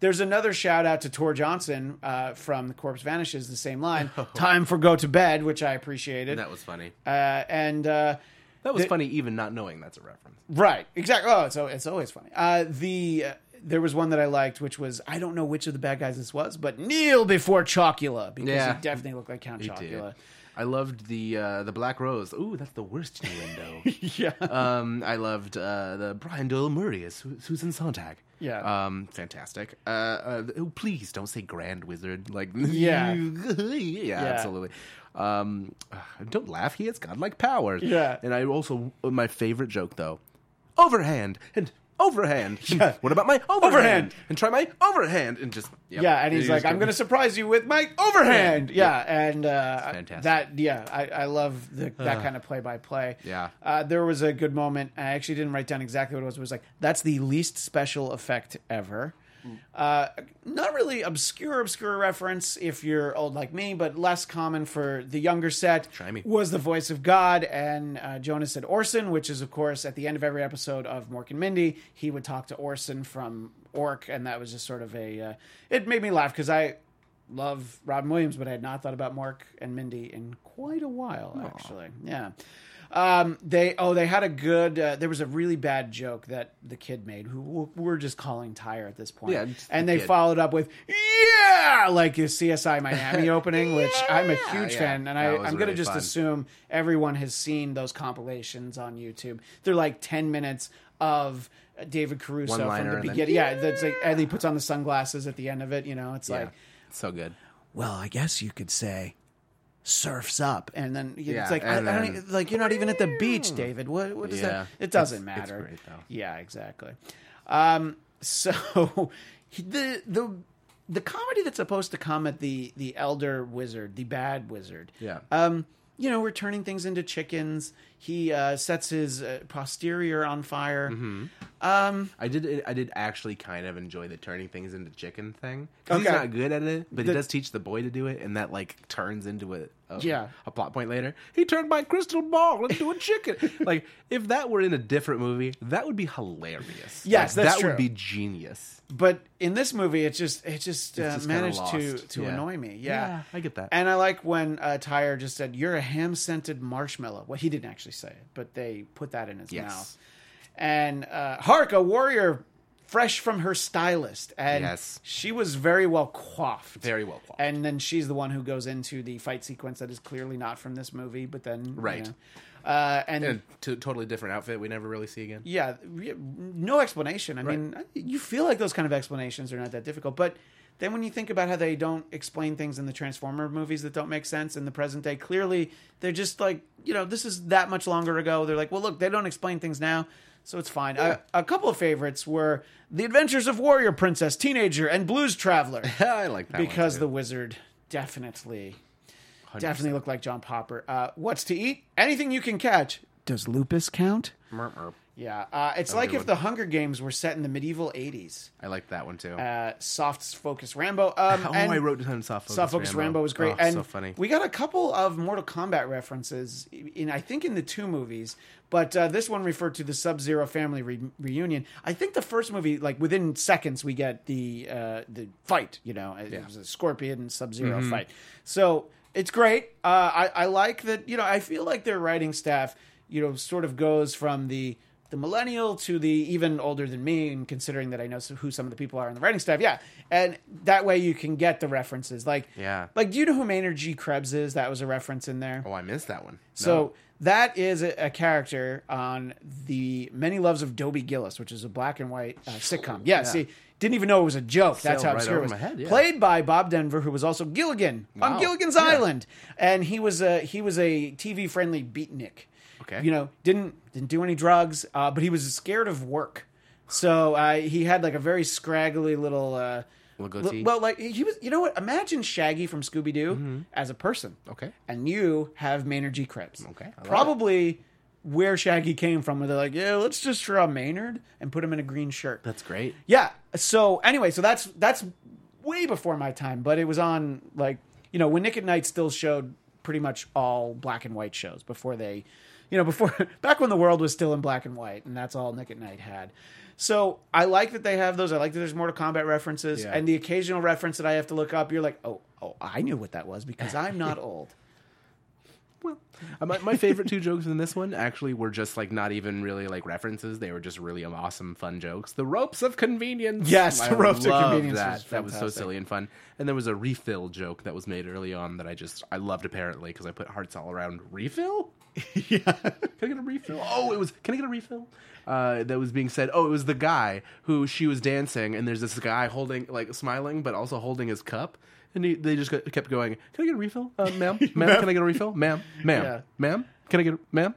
There's another shout out to Tor Johnson uh, from The Corpse Vanishes, the same line, "Time for go to bed," which I appreciated, that was funny. uh, and. Uh, That was funny, even not knowing that's a reference. Right. Exactly. Oh, it's, al- it's always funny. Uh, the uh, there was one that I liked, which was I don't know which of the bad guys this was, but kneel before Chocula because Yeah. he definitely looked like Count Chocula. [LAUGHS] I loved the uh, the Black Rose. Ooh, that's the worst innuendo. [LAUGHS] Yeah. um, I loved uh, the Brian Doyle Murray as Su- Susan Sontag. Yeah. um, fantastic. Uh, uh, oh, please don't say Grand Wizard. Like, [LAUGHS] Yeah. yeah, absolutely. Um, don't laugh. He has godlike powers. Yeah. and I also my favorite joke though, overhand and. [LAUGHS] Overhand. And What about my overhand? Overhand. And try my overhand and just yep. Yeah, and he's like, "I'm going to surprise you with my overhand." Yeah, and uh, fantastic. that yeah, I, I love the, that kind of play by play. Yeah. uh, there was a good moment. I actually didn't write down exactly what it was. But it was like that's the least special effect ever. Uh, not really obscure, obscure reference if you're old like me, but less common for the younger set. Try me. Was the voice of God, and uh, Jonas said Orson, which is of course at the end of every episode of Mork and Mindy, he would talk to Orson from Ork, and that was just sort of a. Uh, it made me laugh because I love Robin Williams, but I had not thought about Mork and Mindy in quite a while, actually. Yeah. Um, they oh they had a good uh, there was a really bad joke that the kid made who w- we're just calling Tyre at this point Yeah, just the and they kid. followed up with yeah like your CSI [LAUGHS] Miami opening which I'm a huge Yeah, fan and I, that was I'm gonna really just fun. assume everyone has seen those compilations on YouTube they're like 10 minutes of David Caruso from One-liner the and then, beginning yeah that's like and he puts on the sunglasses at the end of it you know it's like so good. well, I guess you could say surfs up and then you- Yeah, it's like I, and I don't then- even- like you're not even at the beach david what what does Yeah. that it doesn't It's- it's matter great, though. yeah exactly um [LAUGHS] so he- the the the comedy that's supposed to come at the the elder wizard the bad wizard Yeah. um you know we're turning things into chickens he uh sets his uh, posterior on fire Mm-hmm. I did. I did actually kind of enjoy the turning things into chicken thing. 'Cause He's Okay. not good at it, but The- he does teach the boy to do it, and that like turns into a, a Yeah. a plot point later. He turned my crystal ball into a chicken. [LAUGHS] like if that were in a different movie, that would be hilarious. Yes, Like, that's that true. would be genius. but in this movie, it just it just, uh, just kinda managed to lost. to Yeah. annoy me. Yeah. Yeah, I get that. And I like when uh, Tyre just said, "You're a ham scented marshmallow." Well, he didn't actually say it, but they put that in his Yes. mouth. And uh, hark, a warrior fresh from her stylist, and Yes. she was very well coiffed, Very well coiffed. And then she's the one who goes into the fight sequence that is clearly not from this movie, but then you Right. know. uh, and. And a t- totally different outfit we never really see again. Yeah, re- no explanation. I mean, you feel like those kind of explanations are not that difficult, but then when you think about how they don't explain things in the Transformer movies that don't make sense in the present day, clearly they're just like, you know, this is that much longer ago. They're like, well, look, they don't explain things now, so it's fine. A, a couple of favorites were The Adventures of Warrior Princess, Teenager, and Blues [LAUGHS] Traveler, [LAUGHS] I like that because the one wizard definitely, too. definitely looked like John Popper. Uh, what's to eat? Anything you can catch. Does lupus count? 100%. Yeah, uh, it's like if one. the Hunger Games were set in the medieval '80s. I like that one too. Uh, soft focus Rambo. Um, oh, and I wrote down soft focus. soft focus Rambo. was great. Oh, and so funny. We got a couple of Mortal Kombat references in I think in the two movies, but uh, this one referred to the Sub Zero family re- reunion. I think the first movie, like within seconds, we get the uh, the fight. You know, it was a Scorpion and Sub 0 fight. So it's great. Uh, I I like that. You know, I feel like their writing staff. You know, sort of goes from the the millennial to the even older than me, and considering that I know some, who some of the people are in the writing staff, yeah, and that way you can get the references. Like, Yeah. like do you know who Maynard G. Krebs is? That was a reference in there. Oh, I missed that one. So that is a, a character on the Many Loves of Dobie Gillis, which is a black and white uh, sitcom. Yeah, see, didn't even know it was a joke. That's how right obscure it over was. my head, yeah. Played by Bob Denver, who was also Gilligan on Wow. Gilligan's Island, and he was a he was a TV friendly beatnik. Okay. you know, didn't didn't do any drugs, uh, but he was scared of work. So uh, he had like a very scraggly little. Uh, li- Little goatee. well, like he was, you know what? Imagine Shaggy from Scooby Doo as a person Mm-hmm. Okay. and you have Maynard G. Krebs. Okay, I love Probably where Shaggy came from, where they're like, yeah, let's just draw Maynard and put him in a green shirt. that's great. yeah. So anyway, so that's that's way before my time, but it was on like you know when Nick at Night still showed pretty much all black and white shows before they, you know, before [LAUGHS] back when the world was still in black and white, and that's all Nick at Night had. So I like that they have those. I like that there's Mortal Kombat references Yeah. and the occasional reference that I have to look up. You're like, oh, oh, I knew what that was because I'm not [LAUGHS] old. Well, uh, my, my favorite two jokes in this one actually were just like not even really like references. They were just really awesome, fun jokes. The ropes of convenience. Yes, I the ropes of loved convenience That was that was so fantastic. silly and fun. And there was a refill joke that was made early on that I just I loved apparently because I put hearts all around refill. yeah, can I get a refill? Oh, it was. Can I get a refill? Uh, that was being said. Oh, it was the guy who she was dancing, and there's this guy holding like smiling, but also holding his cup. And he, they just got, kept going. Can I get a refill, uh, [LAUGHS] ma'am? Ma'am, can I get a refill, ma'am? Ma'am, Yeah. ma'am? Can I get a, ma'am?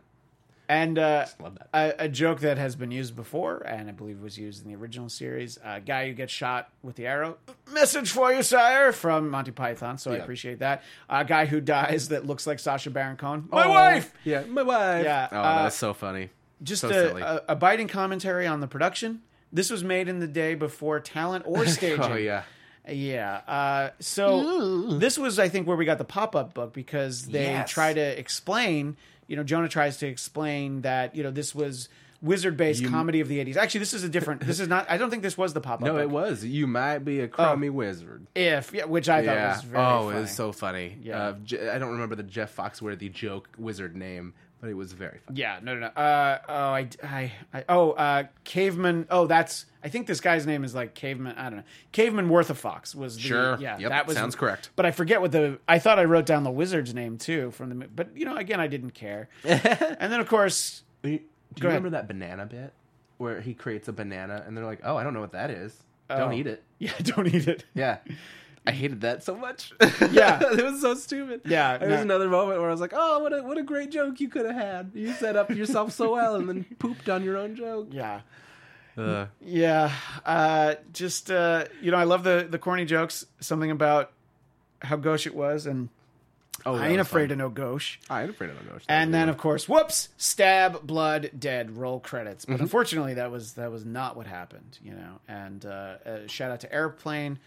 And uh, love that. A, a joke that has been used before, and I believe was used in the original series. A guy who gets shot with the arrow. Message for you, sire, from Monty Python. So I Yeah. appreciate that. A guy who dies that looks like Sasha Baron Cohen. Oh, My wife. Oh. Yeah, my wife. Yeah, Oh, uh, that was so funny. Just so a, silly. a, a biting commentary on the production. This was made in the day before talent or staging. [LAUGHS] oh yeah. Yeah. Uh, so this was, I think, where we got the pop up book because they Yes. try to explain. You know, Jonah tries to explain that you know this was wizard based comedy of the eighties. Actually, this is a different. This is not. I don't think this was the pop up. No, book. it was. You might be a crummy wizard. If yeah, which I thought Oh. was very. oh, funny. it was so funny. Yeah. Uh, J- I don't remember the Jeff Foxworthy joke wizard name, but it was very funny. Yeah. No. No. No. Uh, oh, I, I, I. Oh, uh, caveman. Oh, that's. I think this guy's name is like caveman. I don't know. Caveman Worth a Fox was. The, Sure. Yeah. Yep, That was sounds correct. But I forget what the. I thought I wrote down the wizard's name too from the. mo- But you know, again, I didn't [LAUGHS] care. and then of course, [LAUGHS] Do you Go ahead. remember that banana bit where he creates a banana and they're like, "Oh, I don't know what that is. Oh. Don't eat it." yeah, don't eat it. Yeah. I hated that so much. [LAUGHS] Yeah. [LAUGHS] it was so stupid. Yeah, there no. was another moment where I was like, "Oh, what a what a great joke you could have had! You set up yourself so well, and then [LAUGHS] pooped on your own joke." Yeah. Uh, Yeah. Uh, just uh, you know, I love the the corny jokes. Something about how gauche it was, and oh, I ain't afraid of no gauche. I ain't afraid of no ghost. And then, of course, whoops! Stab, blood, dead. Roll credits. Mm-hmm. But unfortunately, that was that was not what happened. You know. And uh, uh, shout out to Airplane.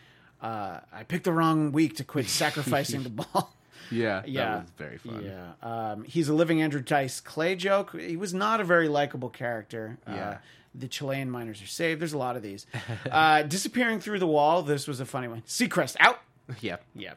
Uh, I picked the wrong week to [LAUGHS] quit sacrificing the ball. yeah, Yeah, [LAUGHS] that was very fun. Yeah, um, he's a living Andrew Dice Clay joke. He was not a very likable character. Uh, Yeah. the Chilean miners are saved. There's a lot of these. [LAUGHS] uh, disappearing through the wall. This was a funny one. Seacrest out. Yeah. Yeah.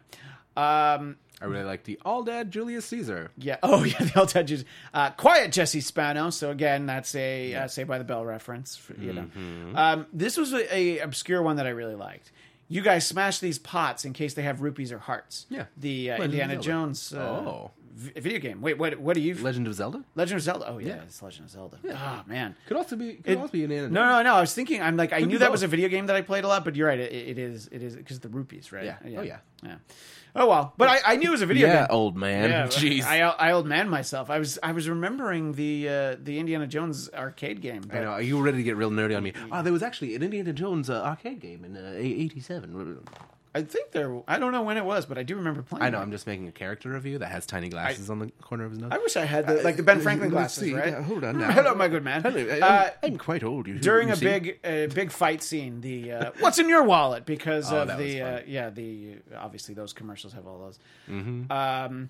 Um, I really like the all dad Julius Caesar. yeah. [LAUGHS] Oh, yeah. The Alta Jews. Uh, Quiet Jesse Spano. So again, that's a uh, Say by the Bell reference. For, you Mm-hmm. know, um, this was a, a obscure one that I really liked. You guys smash these pots in case they have rupees or hearts. Yeah. The uh, Legend of Indiana Zelda. Jones uh, Oh. v- video game. Wait, what? What are you? Legend of Zelda Legend of Zelda. Oh yeah, Yeah. it's Legend of Zelda. Ah man. could also be could It- also be an anime. No, no, no. I was thinking. I'm like, I knew be that both. was a video game that I played a lot, but you're right. It, it is. It is because the rupees, right? Yeah. Oh, yeah. Yeah. Oh well, but I, I knew it was a video game. old man. [LAUGHS] Yeah, I, I old man myself. I was I was remembering the uh, the Indiana Jones arcade game. But Mm-hmm. I know you were ready to get real nerdy on me. Oh, there was actually an Indiana Jones uh, arcade game in uh, '87. I think there. I don't know when it was, but I do remember playing. I know. it. I'm just making a character review that has tiny glasses on the corner of his nose. Uh, I wish I had the like the [LAUGHS] Ben Franklin Let's glasses, see. right? Yeah, hold [LAUGHS] on now. Hello, my good man. Hello, Uh, I, am quite old. You, during you a see. big uh, big fight scene the [LAUGHS] uh, what's in your wallet because Oh, of that was the fun. uh, yeah the obviously those commercials have all those Mm-hmm. um,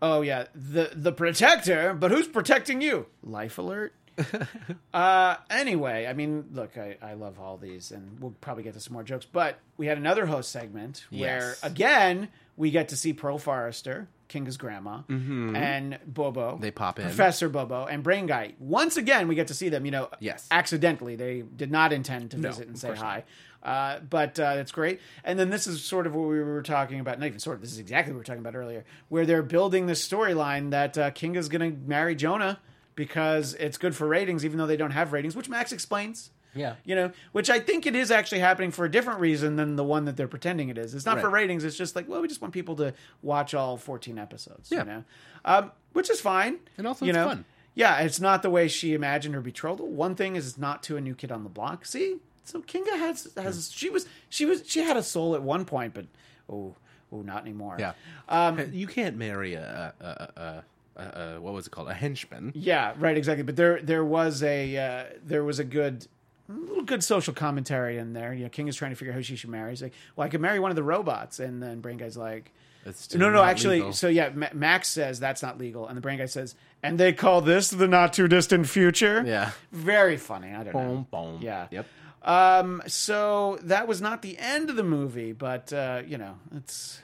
oh yeah the the protector but who's protecting you life [LAUGHS] alert uh, anyway i mean look I, I love all these and we'll probably get to some more jokes but we had another host segment where Yes. again we get to see pearl forrester King's grandma, and Bobo. Mm-hmm. They pop in. Professor Bobo and Brain Guy. Once again, we get to see them. You know, Yes. accidentally. They did not intend to visit and of say course hi. Uh, but uh, that's great. And then this is sort of what we were talking about. Not even sort of. This is exactly what we were talking about earlier, where they're building this storyline that uh, Kinga's going to marry Jonah because it's good for ratings, even though they don't have ratings, which Max explains. Yeah. You know, which I think it is actually happening for a different reason than the one that they're pretending it is. It's not for Right. ratings. It's just like, well, we just want people to watch all 14 episodes, Yeah. you know, um, which is fine. And also you it's know? fun. Yeah, it's not the way she imagined her betrothal. One thing is it's not to a new kid on the block. See, so Kinga has has she was she was she had a soul at one point, but oh oh not anymore. Yeah. um, you can't marry a, a, a, a, a, a what was it called? A henchman. Yeah, right, exactly. But there there was a uh, there was a good a little good social commentary in there. You know, King is trying to figure out who she should marry. He's like, "Well, I could marry one of the robots," and then Brain Guy's like, That's still "No, no, not actually." legal. So yeah, Ma- Max says that's not legal, and the Brain Guy says, "And they call this the not too distant future." Yeah. Oh very funny. I don't know. Boom, boom. Yeah. Yep. Um, so that was not the end of the movie, but uh, you know, it's.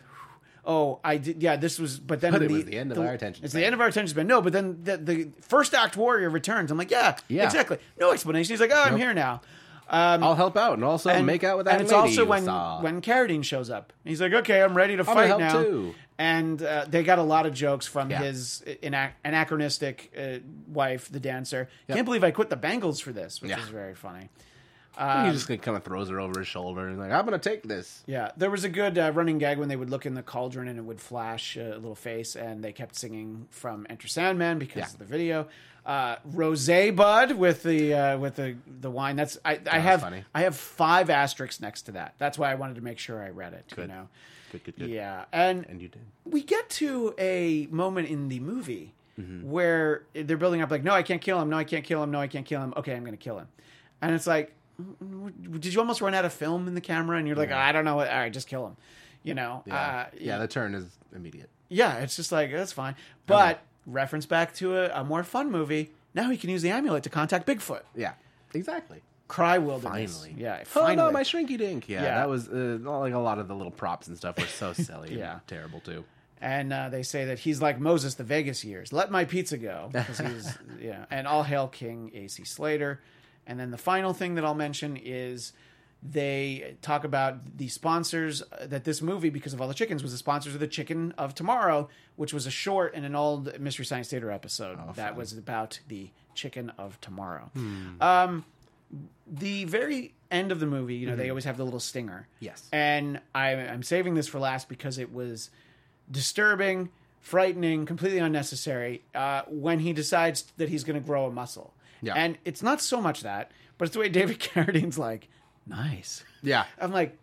Oh, I did. Yeah, this was. But then But the, it was the end of our attention It's span. the end of our attention span. No, but then the, the first act warrior returns. I'm like, yeah, Yeah. exactly. No explanation. He's like, oh, I'm here now. I'll help out and also Um, And- make out with that And it's lady also you when saw. when Carradine shows up. He's like, okay, I'm ready to fight help now. too. And uh, they got a lot of jokes from Yeah. his uh, ina- anachronistic uh, wife, the dancer. Can't believe I quit the Bengals for this, which Yeah. is very funny. Ah, um, he just kind of throws her over his shoulder and like, I'm gonna take this. Yeah, there was a good uh, running gag when they would look in the cauldron and it would flash a little face, and they kept singing from Enter Sandman because Yeah. of the video. Uh, Rosé Bud with the uh, with the the wine. That's I, I have Oh, funny. I have five asterisks next to that. That's why I wanted to make sure I read it. You know, Good, good, good. yeah, and And you did. we get to a moment in the movie Mm-hmm. where they're building up like no i can't kill him no i can't kill him no i can't kill him okay i'm gonna kill him and it's like mm, mm, did you almost run out of film in the camera and you're like i don't know what- all right just kill him you know Yeah. uh, yeah, the turn is immediate. yeah it's just like that's fine but reference back to a, a more fun movie now he can use the amulet to contact bigfoot Yeah. Exactly. cry wilderness Finally. yeah Oh finally. no, my shrinky dink. Yeah, Yeah. that was uh, like a lot of the little props and stuff [LAUGHS] were so silly. yeah, Yeah. and terrible too. and uh, they say that he's like Moses the Vegas years. Let my pizza go, 'cause he's yeah. And all hail King AC Slater. And then the final thing that I'll mention is they talk about the sponsors uh, that this movie, because of all the chickens, was the sponsors of the Chicken of Tomorrow, which was a short in an old Mystery Science Theater episode that was about the Chicken of Tomorrow. Um, the very end of the movie, you know, they always have the little stinger. Yes. And I, I'm saving this for last because it was disturbing, frightening, completely unnecessary uh, when he decides that he's going to grow a muscle. Yeah. And it's not so much that, but it's the way David [LAUGHS] Carradine's like, nice. Yeah, I'm like,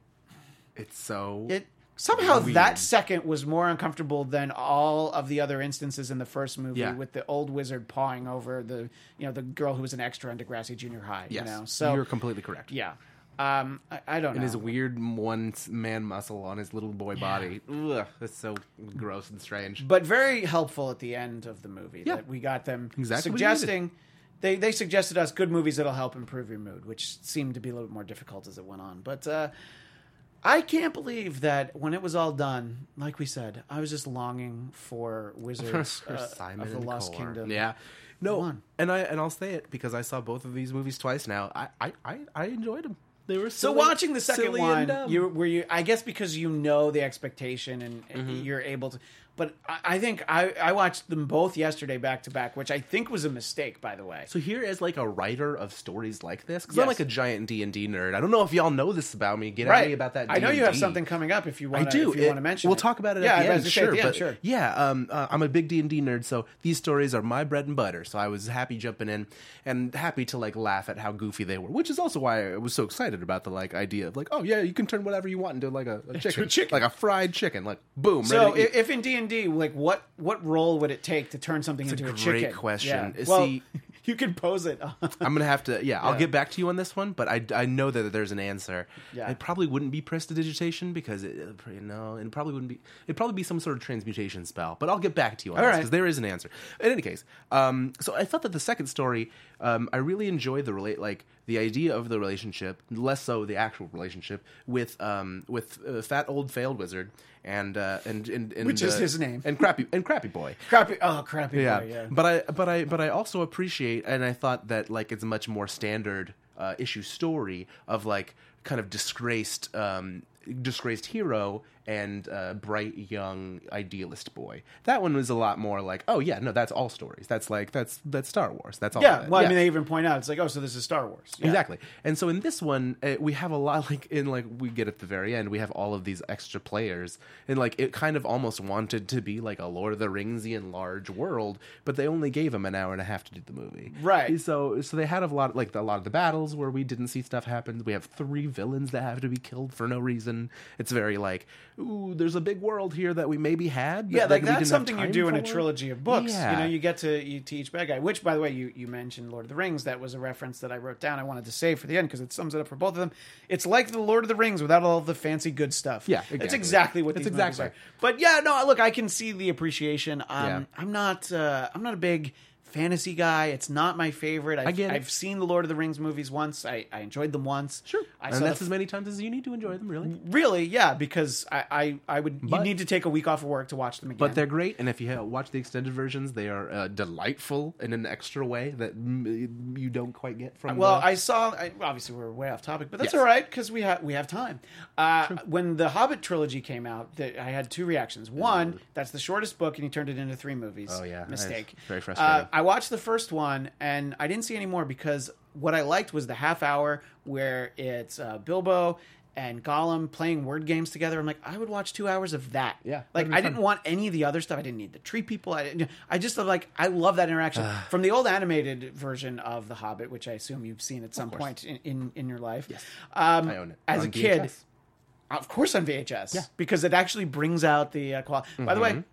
it's so it somehow Weird. that second was more uncomfortable than all of the other instances in the first movie Yeah. with the old wizard pawing over the you know the girl who was an extra in Degrassi Junior High. Yes, You know, so you're completely correct. yeah, um, I, I don't and know. his weird one man muscle on his little boy body. Ugh, that's so gross and strange. Uh, but very helpful at the end of the movie Yeah. that we got them Exactly what we needed. suggesting they they suggested us good movies that'll help improve your mood, which seemed to be a little bit more difficult as it went on. But uh, I can't believe that when it was all done, like we said, I was just longing for wizards [LAUGHS] For uh, Simon of the and Lost Core. Kingdom. Yeah, no, Come on. and I and I'll say it because I saw both of these movies twice now. I I I, I enjoyed them. They were So silly- watching the second silly and one, dumb. you were you? I guess because you know the expectation and and Mm-hmm. you're able to. But I, I think I, I watched them both yesterday back to back, which I think was a mistake, by the way. So here as like a writer of stories like this, because I'm Yes. like a giant D and D nerd. I don't know if y'all know this about me. Get at me about that. I know you have D&D. something coming up if you I want. do. If you It- want to mention, we'll talk about it. Yeah, at I the was gonna end, say sure, at the end, but sure. yeah, um, uh, I'm a big D and D nerd, so these stories are my bread and butter. So I was happy jumping in and happy to like laugh at how goofy they were, which is also why I was so excited about the like idea of like, oh yeah, you can turn whatever you want into like a, a chicken, chicken. like a fried chicken, like boom. So, ready to if, eat. if in D and D, like, what what role would it take to turn something into a great chicken? question. Yeah. Uh, Well, See, [LAUGHS] you can pose it. [LAUGHS] I'm gonna have to. Yeah, I'll get back to you on this one, but I, I know that there's an answer. Yeah. It probably wouldn't be prestidigitation because it uh, pr- no, it probably wouldn't be. It'd probably be some sort of transmutation spell. But I'll get back to you on All this right. because there is an answer. In any case, um, so I thought that the second story, um, I really enjoyed the relate like the idea of the relationship, less so the actual relationship with um with uh, fat old failed wizard and uh, and, and and Which is uh, his name. and crappy and crappy boy crappy. Oh, crappy. boy, yeah. yeah. But I but I but I also appreciate and I thought that like it's a much more standard uh, issue story of like kind of disgraced um, disgraced hero and uh, bright young idealist boy. That one was a lot more like oh yeah no that's all stories that's like that's that's Star Wars that's all of Yeah. it. Well, I mean, they even point out it's like, oh, so this is Star Wars. Yeah. Exactly. And so in this one, uh, we have a lot [LAUGHS] like in like we get at the very end, we have all of these extra players, and like it kind of almost wanted to be like a Lord of the Ringsian large world, but they only gave him an hour and a half to do the movie. Right. So so they had a lot like a lot of the battles where we didn't see stuff happen. We have three villains that have to be killed for no reason. It's very like ooh, there's a big world here that we maybe had. Yeah, that- like that's that we didn't have something you time do in a for. trilogy of books. You know, Yeah. you get to you teach bad guy. Which, by the way, you you mentioned Lord of the Rings. That was a reference that I wrote down. I wanted to save for the end because it sums it up for both of them. It's like the Lord of the Rings without all the fancy good stuff. Yeah, that's exactly. exactly what That's these movies exactly. are. But yeah, no, look, I can see the appreciation. Um, Yeah. I'm not uh, I'm not a big fantasy guy. It's not my favorite. I've, get it. I've seen the Lord of the Rings movies once. I, I enjoyed them once. Sure. I and saw that's the as many times as you need to enjoy them, really. Really, yeah, because I, I, I would you But- need to take a week off of work to watch them again. But they're great, and if you ha- watch the extended versions, they are uh, delightful in an extra way that mm, you don't quite get from. Well, the- I saw. I, obviously, we're way off topic, but that's Yes. all right because we have we have time. Uh, when the Hobbit trilogy came out, th I had two reactions. One, that's the shortest book, and he turned it into three movies. Oh, yeah. mistake. That's very frustrating. Uh, I watched the first one, and I didn't see any more because what I liked was the half hour where it's uh, Bilbo. And Gollum playing word games together. I'm like, I would watch two hours of that. Yeah, like that'd be I fun. didn't want any of the other stuff. I didn't need the tree people. I didn't. I just like I love that [SIGHS] interaction from the old animated version of The Hobbit, which I assume you've seen at some point in, in, in your life. Yes, um, I own it. as On a kid. VHS. Of course, on VHS. because it actually brings out the uh, quality. By the Mm-hmm. way,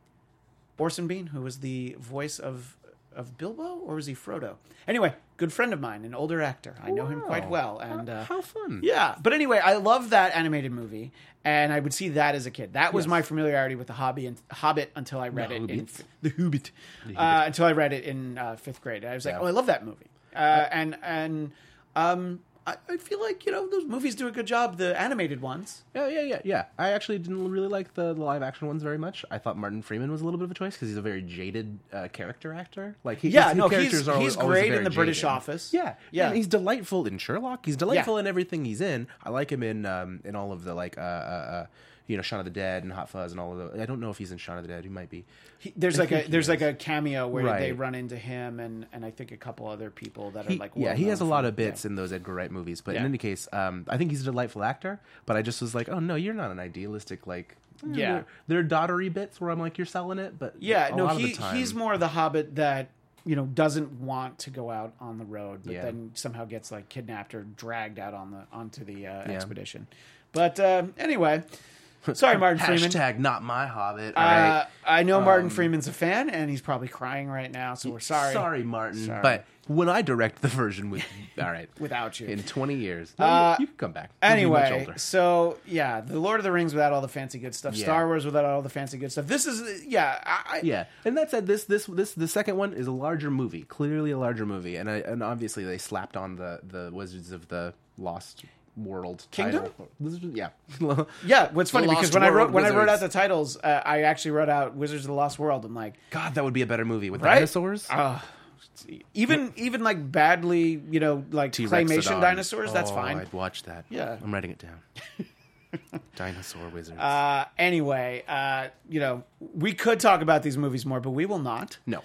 Orson Bean, who was the voice of of Bilbo, or was he Frodo? Anyway, good friend of mine, an older actor. I know him quite well, and uh, how fun! yeah, but anyway, I love that animated movie, and I would see that as a kid. That was my familiarity with the Hobby and Hobbit until I read it in Hobbits. the Hobbit, uh, until I read it in uh, fifth grade. I was like, oh, I love that movie, uh, and and um, I, I feel like you know those movies do a good job, the animated ones. Yeah, yeah, yeah, yeah. I actually didn't really like the, the live action ones very much. I thought Martin Freeman was a little bit of a choice because he's a very jaded uh, character actor. Like, he, Yeah, his no, characters he's- are he's always great in very the British jaded. Office. Yeah, Yeah. And he's delightful in Sherlock. He's delightful Yeah. in everything he's in. I like him in um, in all of the like. Uh, uh, uh, you know, Shaun of the Dead and Hot Fuzz and all of the. I don't know if he's in Shaun of the Dead. He might be. He, there's like a think he there's like a cameo where Right. they run into him and and I think a couple other people that are He- like yeah, well he has a known lot from- of bits yeah. in those Edgar Wright movies. But Yeah. in any case, um, I think he's a delightful actor. But I just was like, oh no, you're not an idealistic like. eh, Yeah. there- there are doddery bits where I'm like, you're selling it, but Yeah, a no, lot of he the time, he's more the hobbit that you know doesn't want to go out on the road, but Yeah. then somehow gets like kidnapped or dragged out on the onto the uh, expedition. But uh, anyway, sorry, [LAUGHS] Martin Freeman. hashtag um, not my Hobbit. All Uh, right, I know Martin Freeman's a fan, and he's probably crying right now. So we're sorry. sorry, Martin, Sorry. but when I direct the version with all right [LAUGHS] Without you. Uh, in 20 years, no, you can come back You'll be much Anyway, older. so yeah, the Lord of the Rings without all the fancy good stuff, Yeah. Star Wars without all the fancy good stuff. This is yeah, I, I, Yeah, and that said, this this this the second one is a larger movie, clearly a larger movie, and I and obviously they slapped on the the Wizards of the Lost World Kingdom? title. Wizards- Yeah, [LAUGHS] yeah. What's funny The because Lost when I World wrote when I wrote out Wizards. the titles, uh, I actually wrote out Wizards of the Lost World. I'm like, God, that would be a better movie with Right? Uh, dinosaurs. even even like badly you know like claymation T-Rexodon. dinosaurs that's Oh, fine I'd watch that. Yeah. I'm writing it down. [LAUGHS] Dinosaur wizards. uh, anyway uh, you know we could talk about these movies more but we will not no,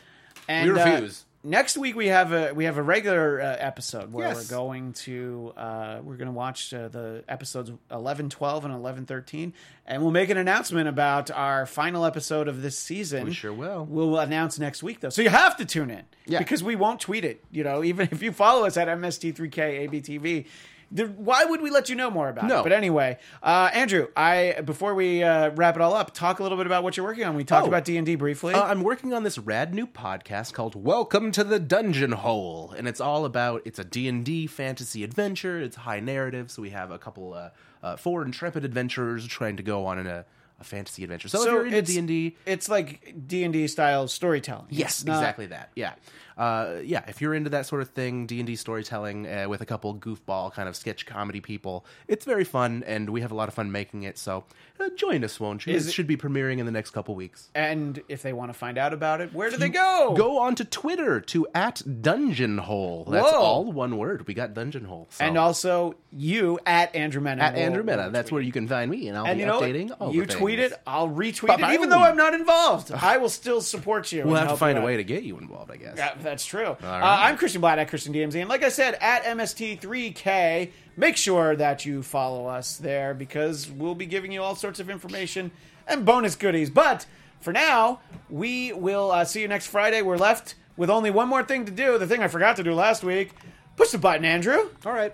and we uh, refuse. next week we have a we have a regular uh, episode where Yes. we're going to uh, we're going to watch uh, the episodes 11 12 and 11 13 and we'll make an announcement about our final episode of this season We sure will. we'll announce next week though so you have to tune in Yeah. because we won't tweet it you know even if you follow us at mst3kabtv the, why would we let you know more about it? No. But anyway, uh, Andrew, I before we uh, wrap it all up, talk a little bit about what you're working on. We talked Oh. about D and D briefly. Uh, I'm working on this rad new podcast called Welcome to the Dungeon Hole, and it's all about it's a D&D fantasy adventure. It's high narrative, so we have a couple uh, uh, four intrepid adventurers trying to go on in a, a fantasy adventure. So, if you're into it's- D&D, It's like D and D style storytelling. Yes, It's not- exactly that. Yeah, uh, yeah. If you're into that sort of thing, D and D storytelling uh, with a couple goofball kind of sketch comedy people, it's very fun, and we have a lot of fun making it. So uh, join us, won't you? Is it it- should be premiering in the next couple weeks. And if they want to find out about it, where do they go? Go on to Twitter to at Dungeon Hole. That's Whoa. all one word. We got Dungeon Hole. So. And also you at Andrew Mena. at will- Andrew Mena. will That's where you can find me, and I'll And be you know, updating. what? all the you tweet things. it, I'll retweet Bye-bye. it, even though I'm not involved. I will still support you. We'll and have to help find you a out. way to get you involved, I guess. Yeah, that's true. Uh, right. I'm Christian Blatt at Christian DMZ, and like I said, at MST3K. Make sure that you follow us there because we'll be giving you all sorts of information and bonus goodies. But for now, we will uh, see you next Friday. We're left with only one more thing to do. The thing I forgot to do last week. Push the button, Andrew. All right.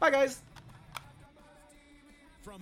Bye, guys. From